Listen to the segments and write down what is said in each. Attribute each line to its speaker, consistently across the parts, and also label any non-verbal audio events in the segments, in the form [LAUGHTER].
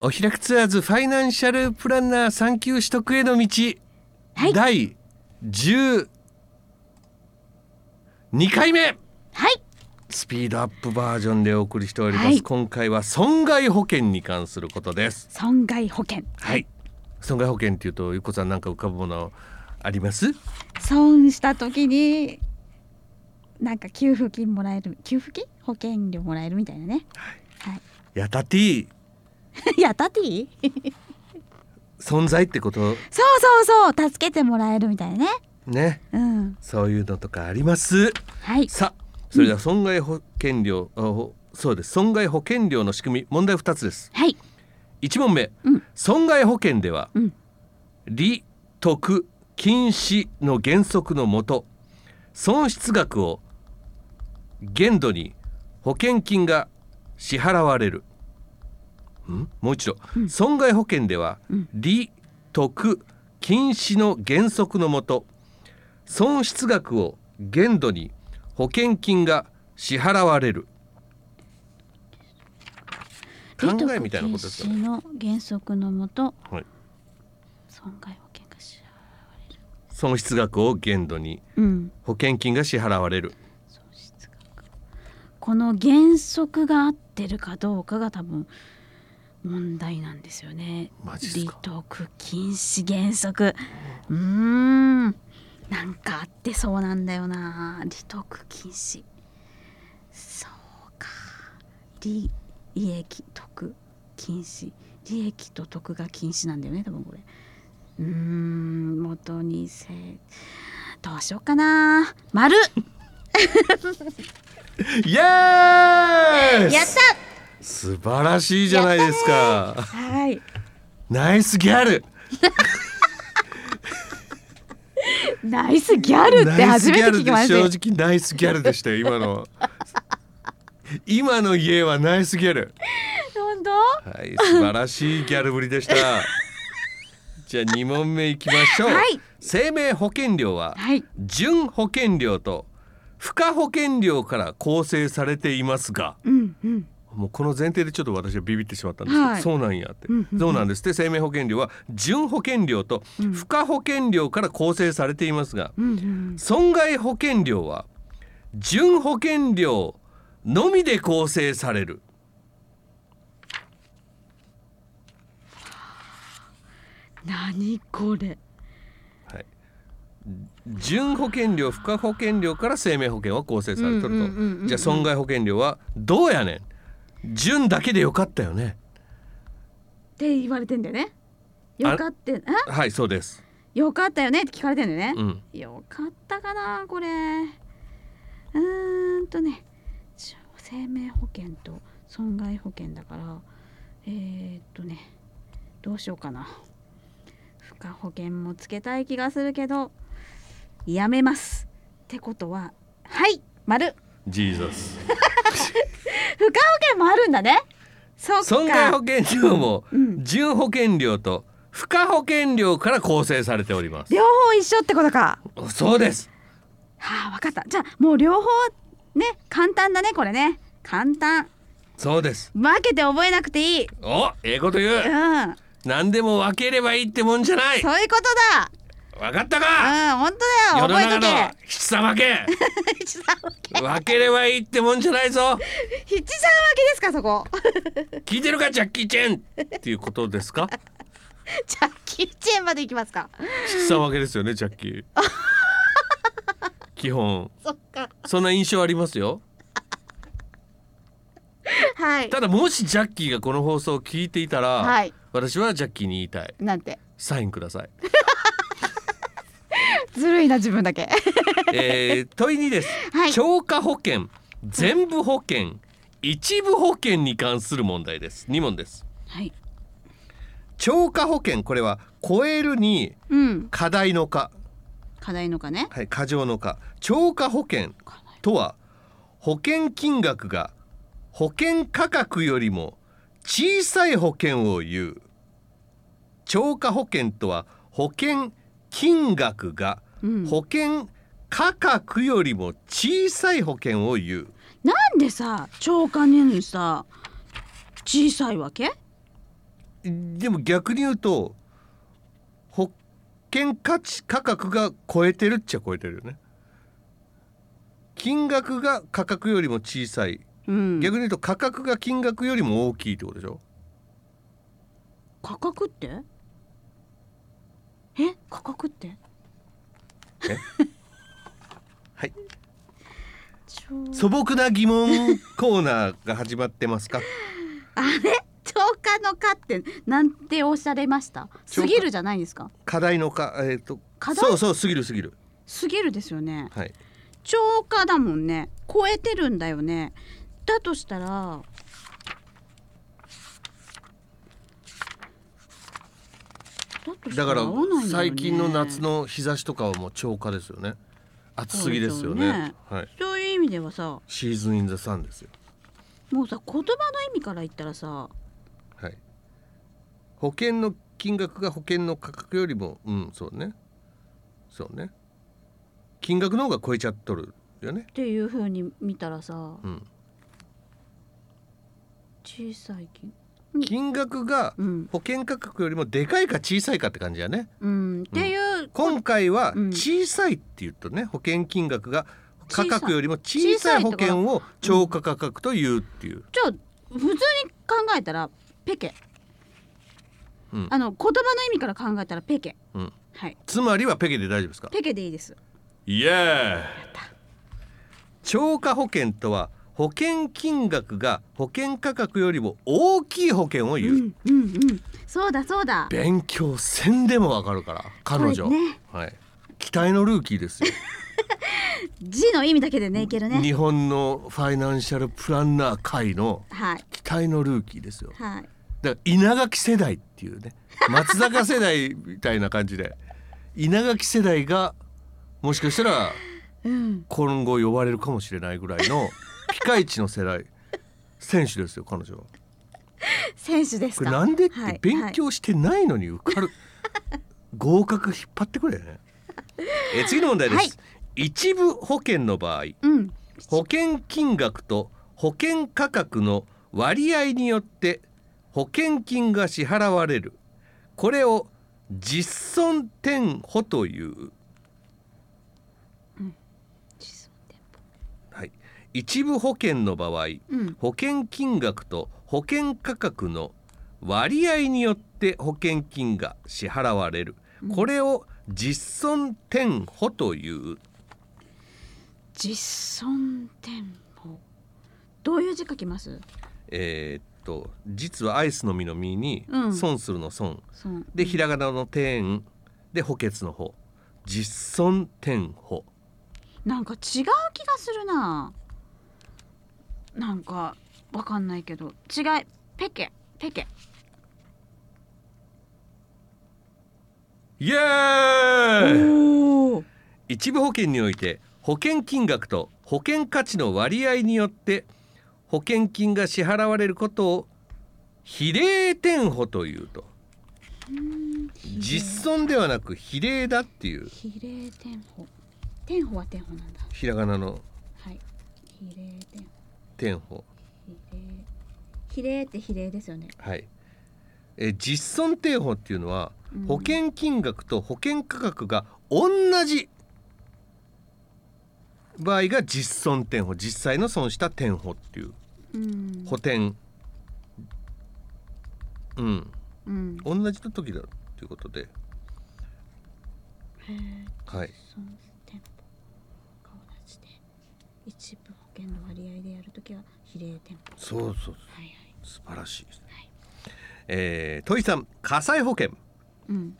Speaker 1: おひらくツアーズファイナンシャルプランナー産休取得への道、
Speaker 2: はい
Speaker 1: 第12回目
Speaker 2: はい
Speaker 1: スピードアップバージョンでお送りしております、
Speaker 2: はい
Speaker 1: 今回は損害保険に関することです
Speaker 2: 損害保険
Speaker 1: はい損害保険っていうとゆっこさんなんか浮かぶものあります
Speaker 2: 損した時になんか給付金もらえる給付金保険料もらえるみたいなねはい、
Speaker 1: やたてぃ
Speaker 2: い、 [LAUGHS] やったっていい
Speaker 1: 存在ってこと
Speaker 2: そうそうそう助けてもらえるみたいなね
Speaker 1: ね
Speaker 2: うん
Speaker 1: そういうのとかあります
Speaker 2: はい
Speaker 1: さあそれでは損害保険料、あほそうです損害保険料の仕組み問題2つです
Speaker 2: はい
Speaker 1: 1問目、
Speaker 2: うん
Speaker 1: 損害保険では、
Speaker 2: うん
Speaker 1: 利得禁止の原則のもと損失額を限度に保険金が支払われるんもう一度、損害保険では、利得禁止の原則のもと損失額を限度に保険金が支払われる考えみたいなことですよ
Speaker 2: 利得禁止の原則のもと、
Speaker 1: はい
Speaker 2: 損害保険が支
Speaker 1: 損失額を限度に
Speaker 2: 払ううん
Speaker 1: 保険金が支払われる
Speaker 2: 損失額この原則が合ってるかどうかが多分問題なんですよね
Speaker 1: マジっす
Speaker 2: 利
Speaker 1: か
Speaker 2: 得禁止原則うーんなんかあってそうなんだよな利得禁止そうか利利益得禁止利益と得が禁止なんだよね多分これうーん元にせどうしようかな丸
Speaker 1: イエーイ
Speaker 2: やった
Speaker 1: 素晴らしいじゃないですか
Speaker 2: はい。
Speaker 1: ナイスギャル
Speaker 2: ナイスギャルって
Speaker 1: ナイスギ
Speaker 2: 初めて
Speaker 1: ャル
Speaker 2: 聞
Speaker 1: で
Speaker 2: きました。
Speaker 1: 正直ナイスギャルでしたよ今の今の家はナイスギャル
Speaker 2: 本当？
Speaker 1: はい素晴らしいギャルぶりでしたじゃあ2問目いきましょう、
Speaker 2: はい
Speaker 1: 生命保険料は
Speaker 2: はい。
Speaker 1: 純保険料と付加保険料から構成されていますが
Speaker 2: うんうん。
Speaker 1: もうこの前提でちょっと私はビビってしまったんですけど、
Speaker 2: はい
Speaker 1: そうなんやって、
Speaker 2: うんうんうん
Speaker 1: そうなんですって生命保険料は純保険料と
Speaker 2: うん
Speaker 1: 付加保険料から構成されていますが、
Speaker 2: うんうん。
Speaker 1: 損害保険料は純保険料のみで構成される
Speaker 2: 何これ？
Speaker 1: 純保険料付加保険料から生命保険は構成されてると、
Speaker 2: うんうんうんうん
Speaker 1: じゃあ損害保険料はどうやねん純だけでよかったよね
Speaker 2: って言われてんだよね。よかったえ？
Speaker 1: はいそうです、
Speaker 2: よかったよねって聞かれてんだよ
Speaker 1: う
Speaker 2: ね。
Speaker 1: ん、
Speaker 2: よかったかなこれ。うーんとね、ちょ生命保険と損害保険だから、えー、っとね、どうしようかな。付加保険もつけたい気がするけど、やめます。ってことは、はい、丸。
Speaker 1: ジーザス
Speaker 2: 付加保険もあるんだね。そっか。
Speaker 1: 損害保険料も
Speaker 2: うん
Speaker 1: 純保険料と付加保険料から構成されております
Speaker 2: 両方一緒ってことか。
Speaker 1: そうです
Speaker 2: はあ、わかった。じゃあもう両方ね、簡単だねこれね。簡単。
Speaker 1: そうです
Speaker 2: 分けて覚えなくていい。
Speaker 1: おええこと言
Speaker 2: う、
Speaker 1: うん何でも分ければいいってもんじゃない
Speaker 2: そういうこと
Speaker 1: 分かった
Speaker 2: だ。
Speaker 1: か
Speaker 2: うん、本当
Speaker 1: 世の
Speaker 2: だよ。覚
Speaker 1: 中
Speaker 2: えと
Speaker 1: の
Speaker 2: け。
Speaker 1: 七三分け
Speaker 2: 七三分け。 [LAUGHS]
Speaker 1: 分ければいいってもんじゃないぞ
Speaker 2: 七三分けですかそこ。 [LAUGHS]
Speaker 1: 聞いてるかジャッキー・チェンっていうことですか
Speaker 2: じゃあキッチンまで行きますか。
Speaker 1: 七三分けですよねジャッキ
Speaker 2: [LAUGHS]
Speaker 1: ー基本
Speaker 2: そっか。
Speaker 1: そんな印象ありますよ
Speaker 2: はい。
Speaker 1: ただもしジャッキーがこの放送を聞いていたら、
Speaker 2: はい。
Speaker 1: 私はジャッキーに言いたい
Speaker 2: なんて。
Speaker 1: サインください
Speaker 2: ずるいな自分だけ。
Speaker 1: えー問い2です、
Speaker 2: はい
Speaker 1: 超過保険全部保険一部保険に関する問題です2問です
Speaker 2: はい。
Speaker 1: 超過保険これは超えるに
Speaker 2: うん。
Speaker 1: 課題の課
Speaker 2: 課題のかね。
Speaker 1: はい過剰の課超過保険とは保険金額が保険価格よりも小さい保険を言う超過保険とは保険金額が
Speaker 2: うん。
Speaker 1: 保険価格よりも小さい保険を言う
Speaker 2: なんでさ、超過年にさ、小さいわけ？
Speaker 1: でも逆に言うと保険価値価格が超えてるっちゃ超えてるよね金額が価格よりも小さい
Speaker 2: うん、
Speaker 1: 逆に言うと価格が金額よりも大きいってことでしょ
Speaker 2: 価格ってえ価格って [LAUGHS]
Speaker 1: えはい
Speaker 2: ちょ
Speaker 1: 素朴な疑問コーナーが始まってます
Speaker 2: [LAUGHS]
Speaker 1: か
Speaker 2: あれ超過の課ってなんておっしゃれました
Speaker 1: 超
Speaker 2: す
Speaker 1: 過
Speaker 2: ぎるじゃないですか
Speaker 1: 課題のかえっ、と
Speaker 2: 課題
Speaker 1: そうそうすぎるすぎる
Speaker 2: すぎるですよね
Speaker 1: はい
Speaker 2: 超過だもんね超えてるんだよねだとしたらだとした
Speaker 1: だから
Speaker 2: 合わないんだよね
Speaker 1: 最近の夏の日差しとかはもう超過ですよね暑すぎですよね
Speaker 2: そうですよね
Speaker 1: はい
Speaker 2: そういう意味ではさ
Speaker 1: シーズンインザサンですよ
Speaker 2: もうさ言葉の意味から言ったらさ
Speaker 1: はい保険の金額が保険の価格よりもうんそうねそうね金額の方が超えちゃっとるよね
Speaker 2: っていう風に見たらさ
Speaker 1: うん
Speaker 2: 小さい金
Speaker 1: 金額が
Speaker 2: うん、
Speaker 1: 保険価格よりもでかいか小さいかって感じやね
Speaker 2: うん、っていう
Speaker 1: 今回は
Speaker 2: うん
Speaker 1: 小さいって言うとね保険金額が
Speaker 2: 小さ
Speaker 1: 価
Speaker 2: い
Speaker 1: 格よりも小さい保険を超過価格というっていう
Speaker 2: じゃあ普通に考えたらペケ、
Speaker 1: うん
Speaker 2: あの言葉の意味から考えたらペケ、
Speaker 1: うん
Speaker 2: はい
Speaker 1: つまりはペケで大丈夫ですか
Speaker 2: ペケでいいです
Speaker 1: イエーイ超過保険とは保険金額が保険価格よりも大きい保険を
Speaker 2: う
Speaker 1: 言う、
Speaker 2: んうんうんそうだそうだ
Speaker 1: 勉強せんでもわかるから彼女、
Speaker 2: これね
Speaker 1: はい期待のルーキーですよ、
Speaker 2: 字の意味だけでねいけるね
Speaker 1: 日本のファイナンシャルプランナー界の
Speaker 2: はい
Speaker 1: 期待のルーキーですよ
Speaker 2: はい
Speaker 1: だから稲垣世代っていうね松坂世代みたいな感じで稲垣世代がもしかしたら
Speaker 2: うん
Speaker 1: 今後呼ばれるかもしれないぐらいのピカイチの世代選手ですよ彼女は。
Speaker 2: 選手です
Speaker 1: こ
Speaker 2: か
Speaker 1: れなんでって
Speaker 2: はい
Speaker 1: 勉強してないのに受かる、合格引っ張ってくれね。え次の問題です、
Speaker 2: はい
Speaker 1: 一部保険の場合
Speaker 2: はい、うん
Speaker 1: 保険金額と保険価格の割合によって保険金が支払われるこれを実損転保というはい、一部保険の場合
Speaker 2: うん
Speaker 1: 保険金額と保険価格の割合によって保険金が支払われる、
Speaker 2: うん
Speaker 1: これを実損転保という
Speaker 2: 実損店舗どういう字書きます
Speaker 1: えーっと実はアイスの実の実に
Speaker 2: うん
Speaker 1: 損するの損、
Speaker 2: その
Speaker 1: でひらがなの転で補欠の方実損転保
Speaker 2: なんか違う気がするななんかわかんないけど違いペケペケ
Speaker 1: イエーイ
Speaker 2: おー
Speaker 1: 一部保険において保険金額と保険価値の割合によって保険金が支払われることを比例転保というと実損ではなく比例だっていう
Speaker 2: 比例店舗店舗は店舗なんだ
Speaker 1: ひらがなの
Speaker 2: はい比例店舗
Speaker 1: 転保
Speaker 2: 比例比例って比例ですよね
Speaker 1: はいえー実損転保っていうのは
Speaker 2: うん
Speaker 1: 保険金額と保険価格が同じ場合が実損転保実際の損した転保っていう
Speaker 2: うん
Speaker 1: 補填うん
Speaker 2: うん
Speaker 1: 同じの時だということではい
Speaker 2: その店舗が同じで一部保険の割合でやるときは比例店舗
Speaker 1: そうそう
Speaker 2: はいはい
Speaker 1: 素晴らしいですね
Speaker 2: はい
Speaker 1: えー、戸井さん火災保険
Speaker 2: うん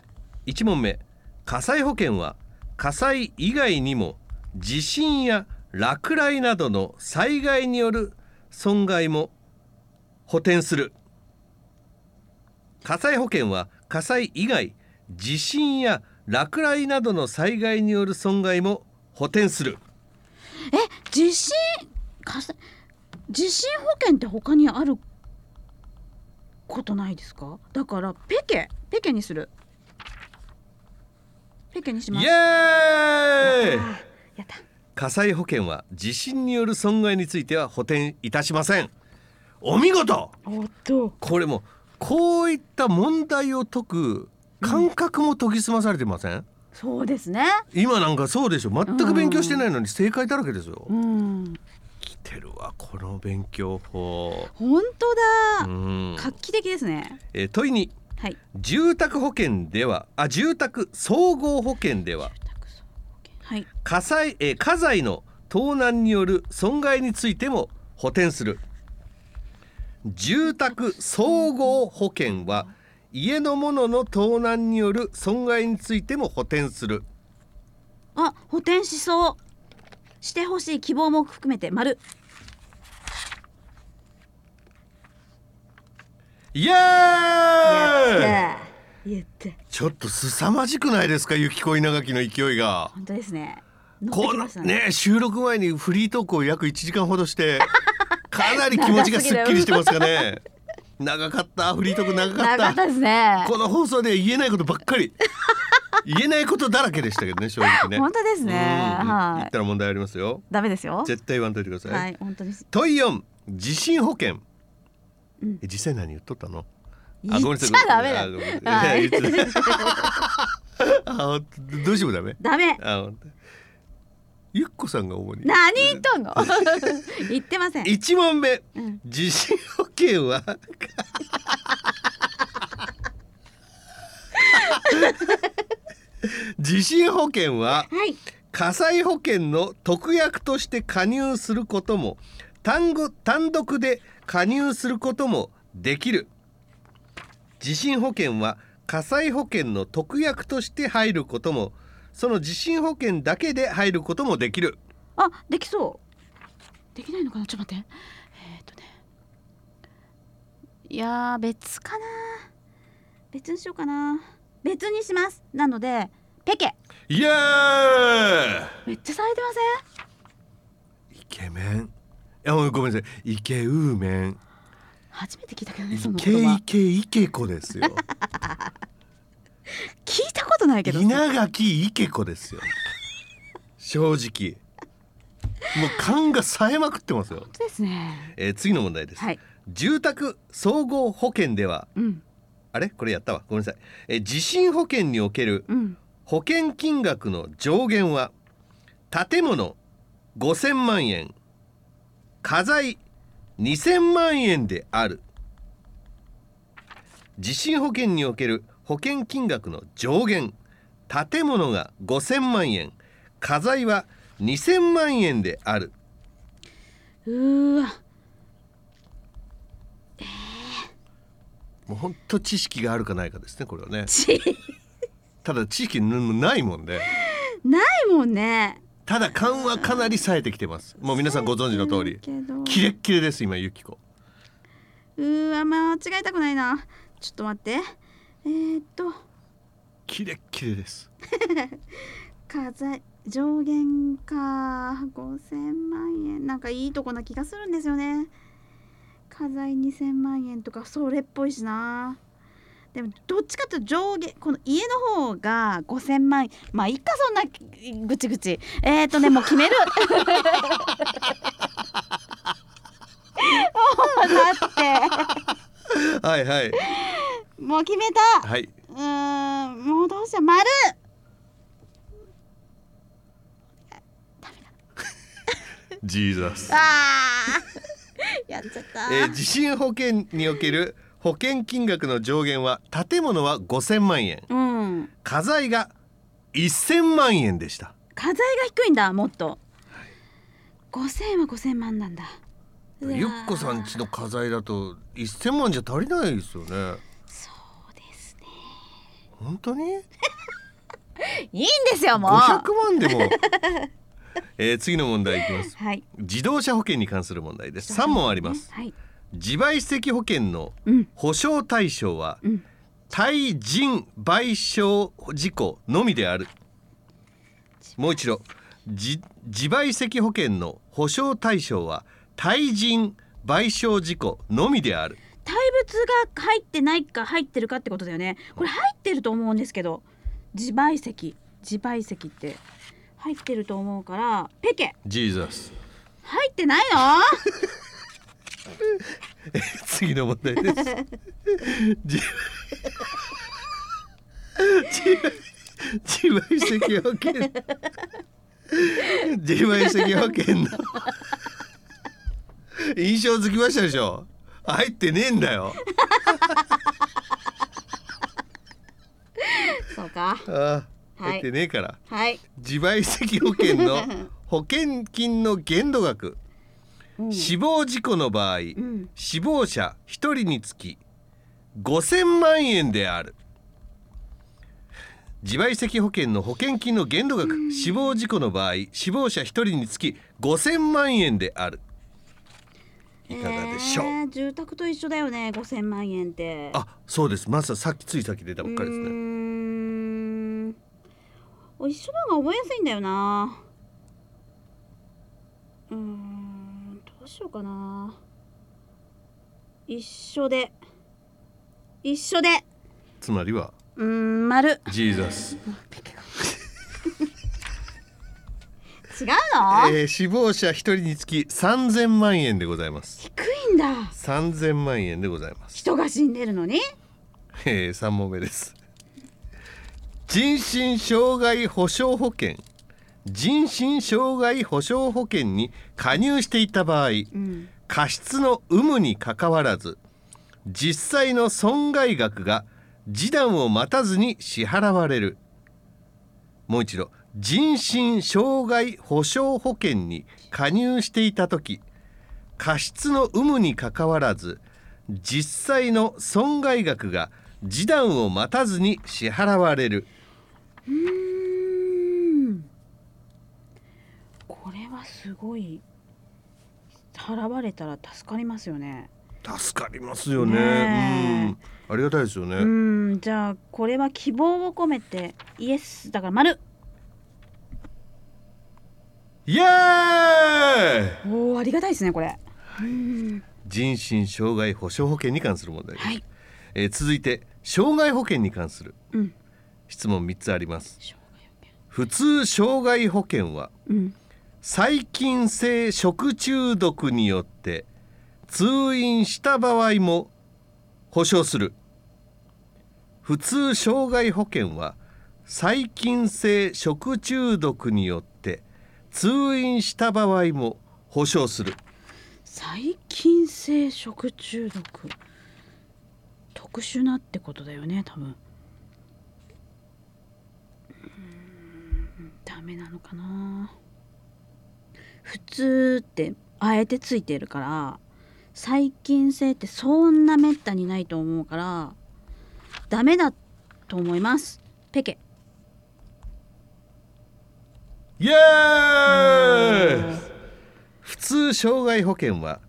Speaker 1: 1問目火災保険は火災以外にも地震や落雷などの災害による損害も補填する火災保険は火災以外地震や落雷などの災害による損害も補填する
Speaker 2: え地震火災地震保険って他にあることないですかだからペケペケにするペケにし
Speaker 1: イ
Speaker 2: ます
Speaker 1: エーイ
Speaker 2: あやった
Speaker 1: 火災保険は地震による損害については補填いたしませんお見事
Speaker 2: おっと
Speaker 1: これもこういった問題を解く感覚も研ぎ澄まされてません、
Speaker 2: そうですね。
Speaker 1: 今なんかそうでしょ全く勉強してないのに正解だらけですよ、
Speaker 2: うん。
Speaker 1: 来てるわこの勉強法
Speaker 2: 本当
Speaker 1: う
Speaker 2: だ。
Speaker 1: ん、
Speaker 2: 画期的ですね。
Speaker 1: えー問いに
Speaker 2: はい。
Speaker 1: 住宅保険ではあ住宅総合保険では
Speaker 2: はい。
Speaker 1: 火災、えー家財の盗難による損害についても補填する住宅総合保険は家のものの盗難による損害についても補填する
Speaker 2: あ、補填しそう。してほしい希望も含めて丸。
Speaker 1: イエーイ
Speaker 2: やった。やった。
Speaker 1: ちょっと凄まじくないですか雪恋長きの勢いが
Speaker 2: 本当ですね。乗って
Speaker 1: こ
Speaker 2: き
Speaker 1: の
Speaker 2: ましたね。
Speaker 1: ね収録前にフリートークを約1時間ほどしてかなり気持ちがすっきりしてますか
Speaker 2: [LAUGHS]
Speaker 1: ね長かったフリートーク長か
Speaker 2: 長か
Speaker 1: っ
Speaker 2: ったたですね。
Speaker 1: この放送では言えないことばっかり言えないことだらけでしたけどね正直ね
Speaker 2: 本当ですね。
Speaker 1: うん言
Speaker 2: は
Speaker 1: っ
Speaker 2: い。
Speaker 1: たら問題ありますよ
Speaker 2: ダメですよ。
Speaker 1: 絶対言わんといてください、
Speaker 2: はい、本当です。
Speaker 1: 問4地震保険、
Speaker 2: うん
Speaker 1: え実際何言っとったの
Speaker 2: 言っちゃダメだ。
Speaker 1: あ
Speaker 2: は
Speaker 1: ごめんなさいあごめんなさい
Speaker 2: い。
Speaker 1: [LAUGHS] あどうしてもダメ
Speaker 2: [LAUGHS] ダメ。
Speaker 1: あ本当ゆっこさんが主に
Speaker 2: 何言っとんの。 [LAUGHS] 言ってません。
Speaker 1: 一問目
Speaker 2: うん
Speaker 1: 地震保険
Speaker 2: [LAUGHS]
Speaker 1: は [LAUGHS] 地震保険は
Speaker 2: はい。
Speaker 1: 火災保険の特約として加入することも単語単独で加入することもできる地震保険は火災保険の特約として入ることもその地震保険だけで入ることもできる
Speaker 2: あ、できそう。できないのかな、ちょっと待って。えーっとね。いやー、別かな。別にしようかな。別にします。なので、ペケ。
Speaker 1: イエー
Speaker 2: めっちゃされてません。
Speaker 1: イイケメンいやごめんなさいイケウーメン
Speaker 2: 初めて聞いたけどね、
Speaker 1: イ
Speaker 2: その
Speaker 1: ケ
Speaker 2: 言葉
Speaker 1: イ。ケイケ子ですよ
Speaker 2: 聞いたことないけど。
Speaker 1: 稲垣イケ子ですよ正直もう勘が冴えまくってますよ
Speaker 2: 本当ですね。
Speaker 1: えー次の問題です、
Speaker 2: はい。
Speaker 1: 住宅総合保険では
Speaker 2: うん。
Speaker 1: あれこれやったわごめんなさい、えー地震保険における
Speaker 2: うん。
Speaker 1: 保険金額の上限は建物5000万円家財2000万円である地震保険における保険金額の上限建物が5000万円家財は2000万円である
Speaker 2: うーわ。
Speaker 1: もう本当知識があるかないかですねこれはね
Speaker 2: ち。
Speaker 1: ただ知識ないもんで、
Speaker 2: [LAUGHS] ないもんね。
Speaker 1: ただ勘はかなり冴えてきてますもう皆さんご存知の通り
Speaker 2: けど
Speaker 1: キレッキレです今ゆきこ
Speaker 2: うーわ間違えたくないなちょっと待ってえー、っと
Speaker 1: キレッキレです
Speaker 2: 課税上限か5000万円なんかいいとこな気がするんですよね課税2000万円とかそれっぽいしなでもどっちかというと上限この家の方が5000万円まあいっかそんなぐちぐちえー、っとねもう決める [LAUGHS] ほんまだって
Speaker 1: はいはい
Speaker 2: もう決めた
Speaker 1: はい、
Speaker 2: うーん、もうどうしよう、丸。
Speaker 1: ジーザス、
Speaker 2: ああ。 [LAUGHS] やっちゃった。
Speaker 1: えー地震保険における保険金額の上限は建物は5000万円
Speaker 2: うん。
Speaker 1: 家財が1000万円でした
Speaker 2: 課税が低いんだ、もっと。五千は五千万なんだ。うわー
Speaker 1: ゆっこさんちの家財だと1000万じゃ足りないですよね
Speaker 2: そうですね。
Speaker 1: 本当に
Speaker 2: いいんですよ、もう。
Speaker 1: 500万 [LAUGHS] でも、えー次の問題いきます
Speaker 2: はい。
Speaker 1: 自動車保険に関する問題です3問あります
Speaker 2: はい。
Speaker 1: 自賠責保険の
Speaker 2: うん。
Speaker 1: 保証対象は
Speaker 2: うん。
Speaker 1: 対人賠償事故のみであるもう一度自自賠責保険の保証対象は対人賠償事故のみである
Speaker 2: 対物が入ってないか、入ってるかってことだよね。これ入ってると思うんですけど。自賠責。自賠責って。入ってると思うから。ペケ。
Speaker 1: [LAUGHS] ジーザス
Speaker 2: 入ってないの。
Speaker 1: [LAUGHS] 次の問題です。自自賠自賠責保険自賠責保険
Speaker 2: [LAUGHS]
Speaker 1: の印象つきましたでしょ入ってねえんだよ
Speaker 2: そうか。
Speaker 1: ああ、
Speaker 2: はい
Speaker 1: 入ってねえから
Speaker 2: はい。
Speaker 1: 自賠責保険の保険金の限度額
Speaker 2: うん
Speaker 1: 死亡事故の場合、
Speaker 2: うん。
Speaker 1: 死亡者1人につき5000万円である自賠責保険の保険金の限度額死亡事故の場合死亡者1人につき5000万円であるいかがでしょう、
Speaker 2: えー住宅と一緒だよね。五千万円って。
Speaker 1: あそうですまささっきついさっき出たばっかりです
Speaker 2: うー
Speaker 1: ね
Speaker 2: ん。お一緒の方が覚えやすいんだよな。うーん。どうしようかな。一緒で。一緒で。
Speaker 1: つまりは
Speaker 2: うーん、丸。
Speaker 1: ジーザス、
Speaker 2: 違うの、
Speaker 1: えー死亡者1人につき3000万円でございます
Speaker 2: 低いんだ。
Speaker 1: 3000万円でございます
Speaker 2: 人が死んでるのに。
Speaker 1: えー、3問目です人身障害保障保険人身障害保障保険に加入していた場合
Speaker 2: うん。
Speaker 1: 過失の有無にかかわらず実際の損害額が示談を待たずに支払われるもう一度人身障害保障保険に加入していた時過失の有無にかかわらず実際の損害額が示談を待たずに支払われる
Speaker 2: うーんこれはすごい払われたら助かりますよね
Speaker 1: 助かりますよね
Speaker 2: ね
Speaker 1: うんありがたいですよね、
Speaker 2: うーんじゃあこれは希望を込めてイエスだから丸
Speaker 1: イエーイ
Speaker 2: おーありがたいですねこれ
Speaker 1: 人身障害保障保険に関する問題です、
Speaker 2: はい
Speaker 1: えー続いて障害保険に関する
Speaker 2: うん
Speaker 1: 質問3つあります
Speaker 2: 障害
Speaker 1: 普通障害保険は
Speaker 2: うん
Speaker 1: 細菌性食中毒によって通院した場合も保障する普通障害保険は細菌性食中毒によって通院した場合も保障する
Speaker 2: 細菌性食中毒特殊なってことだよね多分うーんダメなのかな普通ってあえてついてるから細菌性ってそんなめったにないと思うからダメだと思いますペケ
Speaker 1: イエーイ普通障害保険は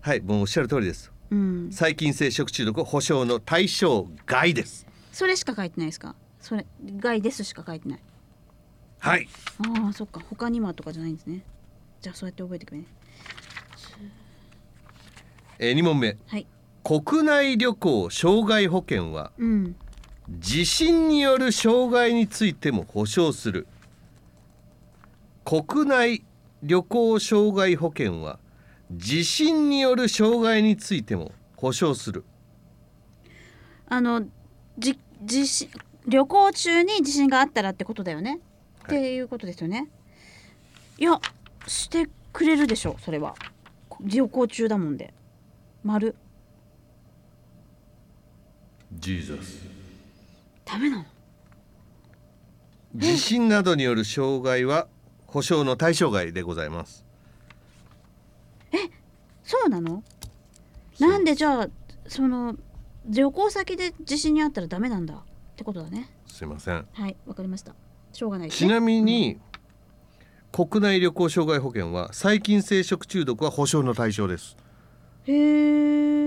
Speaker 1: はいもうおっしゃる通りです
Speaker 2: うん
Speaker 1: 細菌性食中毒保障の対象外です
Speaker 2: それしか書いてないですかそれ「害です」しか書いてない
Speaker 1: はい
Speaker 2: ああそっか他にはとかじゃないんですねじゃあそうやって覚えてくれね
Speaker 1: えー、2問目
Speaker 2: はい
Speaker 1: 国内旅行障害保険は
Speaker 2: うん
Speaker 1: 地震による障害についても保障する国内旅行障害保険は地震による障害についても保障する
Speaker 2: あのじ地震旅行中に地震があったらってことだよね、
Speaker 1: はい
Speaker 2: っていうことですよねいやしてくれるでしょそれはこ旅行中だもんで丸
Speaker 1: ジーザス
Speaker 2: ダメなの
Speaker 1: 地震などによる障害は保障の対象外でございます
Speaker 2: そうなのなんでじゃあその旅行先で地震にあったらダメなんだってことだね
Speaker 1: すいません
Speaker 2: はいわかりましたしょうがないです
Speaker 1: ち
Speaker 2: ね
Speaker 1: なみに、国内旅行障害保険は細菌性食中毒は保障の対象です
Speaker 2: へ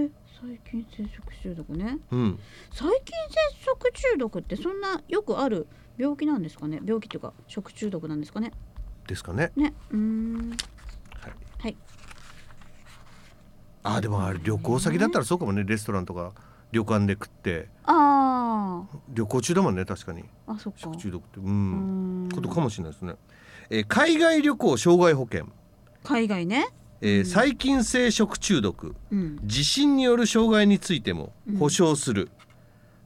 Speaker 2: え細菌性食中毒ね
Speaker 1: うん
Speaker 2: 細菌性食中毒ってそんなよくある病気なんですかね病気っていうか食中毒なんですかね
Speaker 1: ですかね
Speaker 2: ねうーん
Speaker 1: はい、
Speaker 2: はい
Speaker 1: あでもあれ旅行先だったらそうかもねレストランとか旅館で食って
Speaker 2: あ
Speaker 1: 旅行中だもんね確かに
Speaker 2: ーあそっか
Speaker 1: 食中毒ってう
Speaker 2: うー
Speaker 1: ん
Speaker 2: ん
Speaker 1: ことかもしれないですね、えー海外旅行障害保険
Speaker 2: 海外ね
Speaker 1: えー細菌性食中毒
Speaker 2: うん
Speaker 1: 地震による障害についても保障する、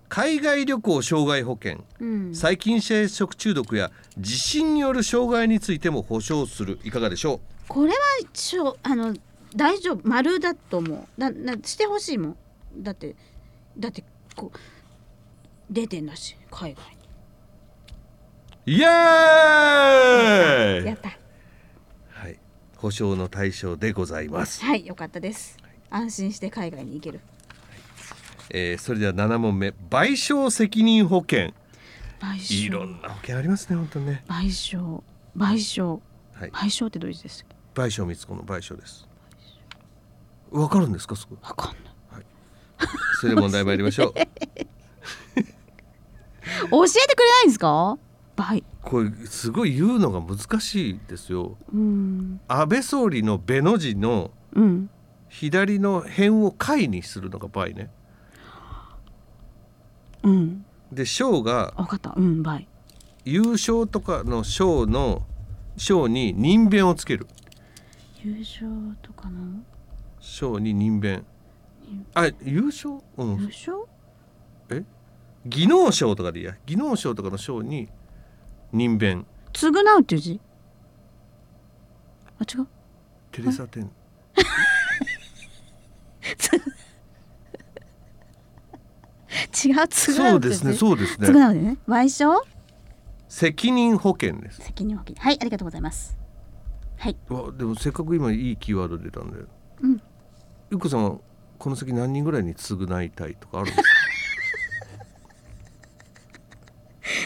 Speaker 1: 海外旅行障害保険
Speaker 2: うん
Speaker 1: 細菌性食中毒や地震による障害についても保障するいかがでしょ
Speaker 2: これは一応あの大丈夫丸だと思うだなしてほしいもんだってだってこう出てんだし海外に
Speaker 1: うイエーイ
Speaker 2: やった
Speaker 1: はい、保証の対象でございます、
Speaker 2: はいよかったです安心して海外に行ける
Speaker 1: えーそれでは7問目賠償責任保険
Speaker 2: 賠
Speaker 1: いろ
Speaker 2: 償
Speaker 1: んな保険ありますね本当にね
Speaker 2: 賠償賠償
Speaker 1: はい
Speaker 2: 賠償ってどういう字ですか
Speaker 1: 賠償三つ子の賠償ですわかるんですかすごい
Speaker 2: わかんない
Speaker 1: それでは問題参りましょ [LAUGHS] う
Speaker 2: 教えてくれないんですか賠
Speaker 1: これすごい言うのが難しいですよ
Speaker 2: うん
Speaker 1: 安倍総理のベの字の
Speaker 2: うん
Speaker 1: 左の辺を貝にするのが倍ね
Speaker 2: うん
Speaker 1: で賞が
Speaker 2: 分かったうん倍
Speaker 1: 優勝とかの賞の賞に人弁をつける
Speaker 2: 優勝とかの
Speaker 1: 賞に人弁あ優勝う
Speaker 2: 優
Speaker 1: ん
Speaker 2: 勝
Speaker 1: 技能賞とかでいいや技能賞とかの賞に人弁
Speaker 2: 償うっていう字あ違う
Speaker 1: テレサテン
Speaker 2: 違う償
Speaker 1: そうう
Speaker 2: って
Speaker 1: で
Speaker 2: やつ
Speaker 1: すねそうです
Speaker 2: 償う
Speaker 1: ね
Speaker 2: でね賠償
Speaker 1: 責任保険です
Speaker 2: 責任を負はいありがとうございますはい
Speaker 1: わでもせっかく今いいキーワード出たんで
Speaker 2: うん
Speaker 1: ゆっこさんはこの先何人ぐらいに償いたいとかあるんですか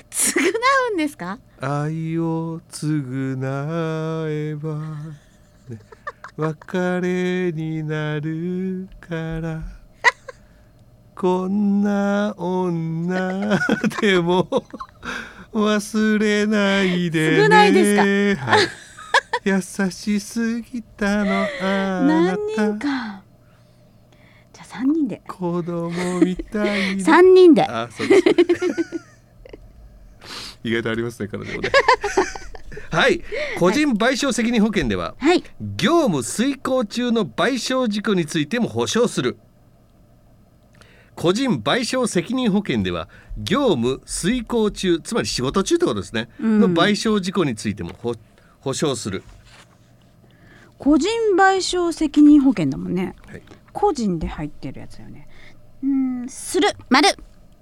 Speaker 2: 償うんですか
Speaker 1: 愛を償えば、ね別れになるからこんな女でも忘れないでね
Speaker 2: 償いです
Speaker 1: か、はい優しすぎたのあな
Speaker 2: 何
Speaker 1: た
Speaker 2: 人かじゃあ三人で
Speaker 1: 子供みたいな
Speaker 2: 三人で
Speaker 1: あそうです [LAUGHS] 意外とありますね彼女もね [LAUGHS] はい個人賠償責任保険では、
Speaker 2: はい
Speaker 1: 業務遂行中の賠償事故についても保障する個人賠償責任保険では業務遂行中つまり仕事中ってことですね、
Speaker 2: うん
Speaker 1: の賠償事故についても保保障する、
Speaker 2: 個人賠償責任保険だもんね
Speaker 1: はい、
Speaker 2: 個人で入ってるやつだよねうーんする丸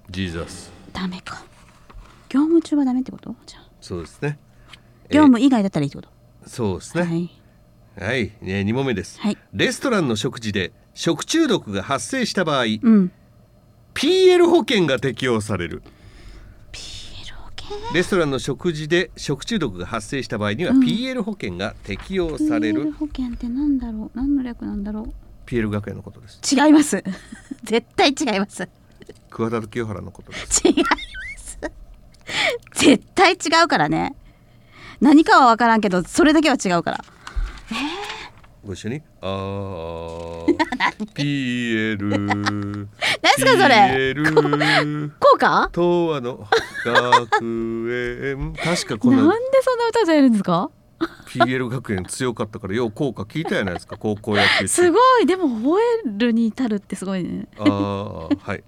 Speaker 1: ジーザス
Speaker 2: ダメか業務中はダメってことじゃあ
Speaker 1: そうですねえー
Speaker 2: 業務以外だったらいいってこと、
Speaker 1: そうですね
Speaker 2: はい
Speaker 1: はい、ね、2問目です、
Speaker 2: はい
Speaker 1: レストランの食事で食中毒が発生した場合
Speaker 2: うん
Speaker 1: PL 保険が適用される
Speaker 2: PL 保険
Speaker 1: レストランの食事で食中毒が発生した場合には
Speaker 2: うん
Speaker 1: PL 保険が適用される、
Speaker 2: PL 保険ってなんだろう何の略なんだろう
Speaker 1: PL 学園のことです
Speaker 2: 違います [LAUGHS] 絶対違います
Speaker 1: 桑田清原のことです
Speaker 2: 違います絶対違うからね何かは分からんけどそれだけは違うから
Speaker 1: ご一緒にあー
Speaker 2: [LAUGHS]
Speaker 1: PL
Speaker 2: 何すかそれ
Speaker 1: PL
Speaker 2: こうか
Speaker 1: 東亜の学園確かこ
Speaker 2: なん
Speaker 1: の
Speaker 2: でそんな歌歌えるんですか
Speaker 1: PL 学園強かったからよう効果聞いたじゃないですか高校野球中
Speaker 2: すごいでも覚えるに至るってすごいね
Speaker 1: あーはい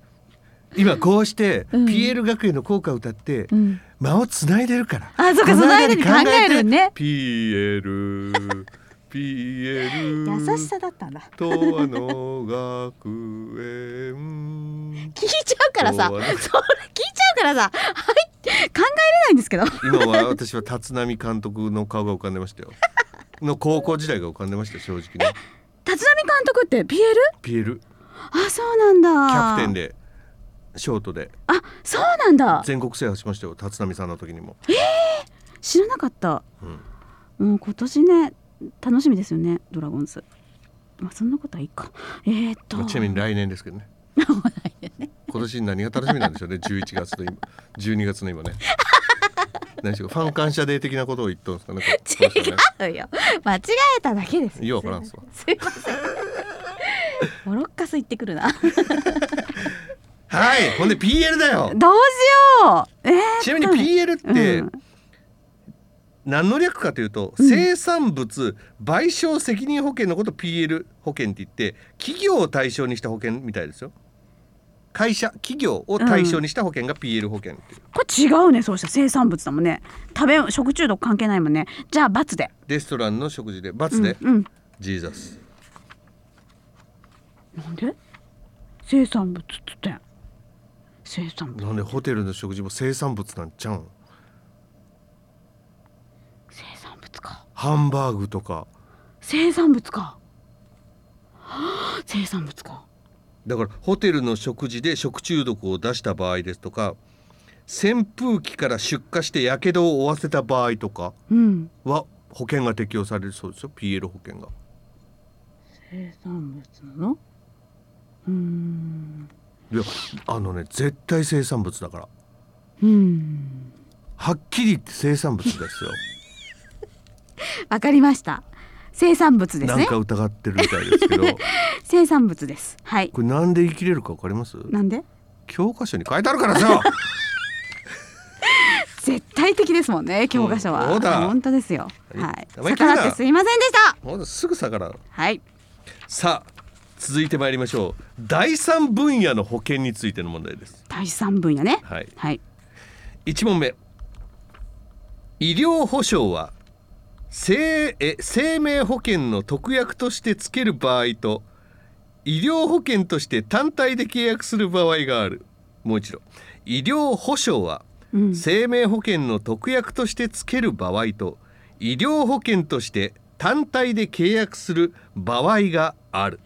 Speaker 1: 今こうして
Speaker 2: うん
Speaker 1: PL 学園の効果を歌って
Speaker 2: うん
Speaker 1: 間をつないでるから、
Speaker 2: あそっか
Speaker 1: こ
Speaker 2: その
Speaker 1: 間
Speaker 2: 間に考えるね [LAUGHS]
Speaker 1: PL PL
Speaker 2: 優しさだったんだ
Speaker 1: とあの学園
Speaker 2: 聞いちゃうからさそ
Speaker 1: そう
Speaker 2: れ
Speaker 1: だ
Speaker 2: 聞
Speaker 1: ね
Speaker 2: いちゃうからさはい考えれないんですけど
Speaker 1: 今は私は立浪監督の顔が浮かんでま
Speaker 2: [LAUGHS]
Speaker 1: したよの高校時代が浮かんでました正直ね
Speaker 2: 立浪監督って PL?
Speaker 1: PL キ
Speaker 2: あそうなんだ
Speaker 1: ャプテンでショートで
Speaker 2: あそうなんだ
Speaker 1: 全国制覇しましたよ立浪さんの時にも、
Speaker 2: 知らなかった
Speaker 1: うん
Speaker 2: うん、今年ね楽しみですよねドラゴンズまあそんなことはいいかえー、っと
Speaker 1: まあ、ちなみに来年ですけ
Speaker 2: [LAUGHS]
Speaker 1: どね今年何が楽しみなんでしょうね11月と今12月の
Speaker 2: [LAUGHS]
Speaker 1: 今ね何でしょうファン感謝デー的なことを言っとるんですかねここの人ね
Speaker 2: 違うよ間違えただけです
Speaker 1: ようわからんっすわ
Speaker 2: すいません [LAUGHS] モロッカス行ってくるな
Speaker 1: はいほんで PL だよ
Speaker 2: どうしようえー、
Speaker 1: ちなみに PL って、
Speaker 2: うん
Speaker 1: 何の略かというと、
Speaker 2: うん
Speaker 1: 生産物賠償責任保険のこと PL 保険って言って企業を対象にした保険みたいですよ会社企業を対象にした保険が PL 保険っていう、
Speaker 2: これ違うねそうしたら生産物だもんね食べ食中毒関係ないもんねじゃあ罰で
Speaker 1: レストランの食事で罰で、
Speaker 2: うん、うん、
Speaker 1: ジーザス
Speaker 2: なんで生産物っつったやん生産物
Speaker 1: なんでホテルの食事も生産物なんちゃうん
Speaker 2: 生産物か
Speaker 1: ハンバーグとか
Speaker 2: 生産物かはあ生産物か
Speaker 1: だからホテルの食事で食中毒を出した場合ですとか扇風機から出火して火傷を負わせた場合とか
Speaker 2: うん
Speaker 1: は保険が適用されるそうですよ PL 保険が
Speaker 2: 生産物なのうーん
Speaker 1: いやあのね絶対生産物だから
Speaker 2: うーん
Speaker 1: はっきり言って生産物ですよ
Speaker 2: わかりました生産物です
Speaker 1: なん
Speaker 2: ね
Speaker 1: か疑ってるみたいですけど
Speaker 2: 生産物ですはい
Speaker 1: これなんで生きれるかわかります
Speaker 2: なんで
Speaker 1: 教科書に書いてあるから
Speaker 2: [LAUGHS]
Speaker 1: さ
Speaker 2: 絶対的ですもんね教科書は、
Speaker 1: うんそうだ
Speaker 2: 本当ですよ
Speaker 1: はい
Speaker 2: はい
Speaker 1: 生意気だ
Speaker 2: 逆らってすいませんでした
Speaker 1: もうすぐ下から
Speaker 2: はい
Speaker 1: さあ続いてまいりましょう第三分野の保険についての問題です
Speaker 2: 第三分野ね
Speaker 1: はい
Speaker 2: はい
Speaker 1: 1問目医療保障は生え生命保険の特約としてつける場合と医療保険として単体で契約する場合があるもう一度医療保障は
Speaker 2: うん
Speaker 1: 生命保険の特約としてつける場合と医療保険として単体で契約する場合がある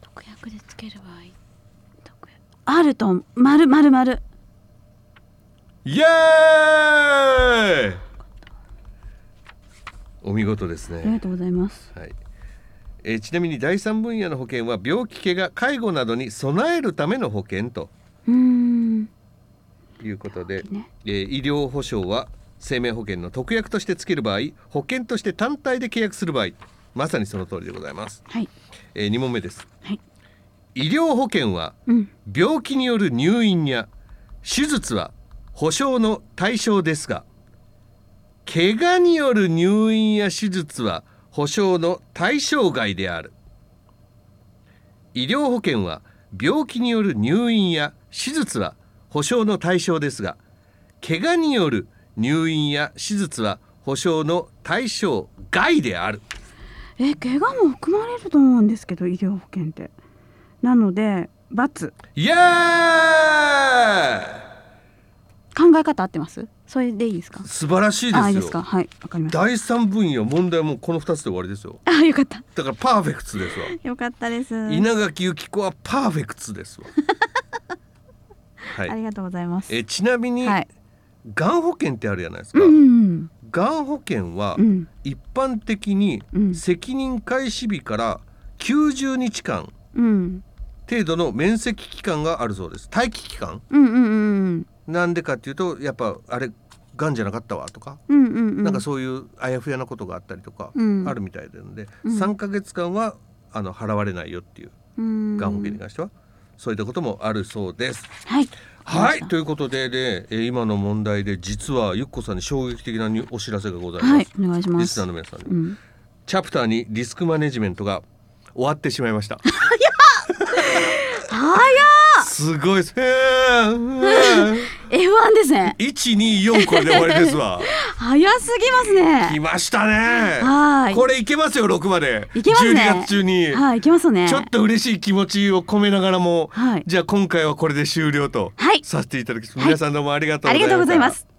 Speaker 2: 特約でつける場合特約あると丸丸丸
Speaker 1: イエーイお見事ですね
Speaker 2: ありがとうございます
Speaker 1: はいえーちなみに第三分野の保険は病気怪我介護などに備えるための保険と
Speaker 2: うーん
Speaker 1: いうことで、
Speaker 2: ね
Speaker 1: えー医療保障は生命保険の特約としてつける場合保険として単体で契約する場合まさにその通りでございます、
Speaker 2: はい
Speaker 1: え2問目です
Speaker 2: はい
Speaker 1: 医療保険は
Speaker 2: うん
Speaker 1: 病気による入院や手術は保障の対象ですが怪我による入院や手術は保障の対象外である医療保険は病気による入院や手術は保障の対象ですが怪我による入院や手術は保障の対象外である
Speaker 2: え怪我も含まれると思うんですけど医療保険ってなので罰
Speaker 1: イエーイ
Speaker 2: 考え方合ってますそれでいいですか
Speaker 1: 素晴らしいです
Speaker 2: あ
Speaker 1: よ
Speaker 2: いいですかはいわかりました
Speaker 1: 第三分野問題はもうこの二つで終わりですよ
Speaker 2: あよかった
Speaker 1: だからパーフェクトですわ
Speaker 2: よかったです、
Speaker 1: 稲垣由紀子はパーフェクトです
Speaker 2: [LAUGHS]
Speaker 1: わ
Speaker 2: あ
Speaker 1: はい
Speaker 2: りがとうございます
Speaker 1: えちなみに、
Speaker 2: はい
Speaker 1: がん保険ってあるじゃないですか、
Speaker 2: うんうん
Speaker 1: がん保険は
Speaker 2: うん
Speaker 1: 一般的に
Speaker 2: うん
Speaker 1: 責任開始日から90日間
Speaker 2: うん
Speaker 1: 程度の免責期間があるそうです待機期間
Speaker 2: うんうんうん
Speaker 1: なんでかっていうとやっぱあれがんじゃなかったわとか、
Speaker 2: うんうんうん
Speaker 1: なんかそういうあやふやなことがあったりとか、
Speaker 2: うん
Speaker 1: あるみたいなので、
Speaker 2: うん
Speaker 1: 3ヶ月間はあの払われないよっていう
Speaker 2: うん
Speaker 1: がん保険に関しては、そういったこともあるそうです。
Speaker 2: は
Speaker 1: は
Speaker 2: い
Speaker 1: い
Speaker 2: わかりました
Speaker 1: ということで、ねえー今の問題で実はゆっこさんに衝撃的なにお知らせがございます。
Speaker 2: はいお願いしま
Speaker 1: リスナー
Speaker 2: す
Speaker 1: の皆さんに、
Speaker 2: うん
Speaker 1: チャプターにリスクマネジメントが終わってしまいました。
Speaker 2: 早っ
Speaker 1: す
Speaker 2: [LAUGHS]
Speaker 1: ごいです。124
Speaker 2: F1 ですね
Speaker 1: これで終わりですわ。
Speaker 2: 早すぎます
Speaker 1: 来
Speaker 2: ね
Speaker 1: ましたね。
Speaker 2: はい
Speaker 1: これいけますよ6まで。
Speaker 2: いけますね
Speaker 1: 12月中に。
Speaker 2: はい行きますね
Speaker 1: ちょっと嬉しい気持ちを込めながらも、
Speaker 2: はい
Speaker 1: じゃあ今回はこれで終了と
Speaker 2: はい
Speaker 1: させていただきます、
Speaker 2: はい
Speaker 1: 皆さんどうもありがとう
Speaker 2: あ
Speaker 1: ございまし
Speaker 2: りが
Speaker 1: た
Speaker 2: とうございます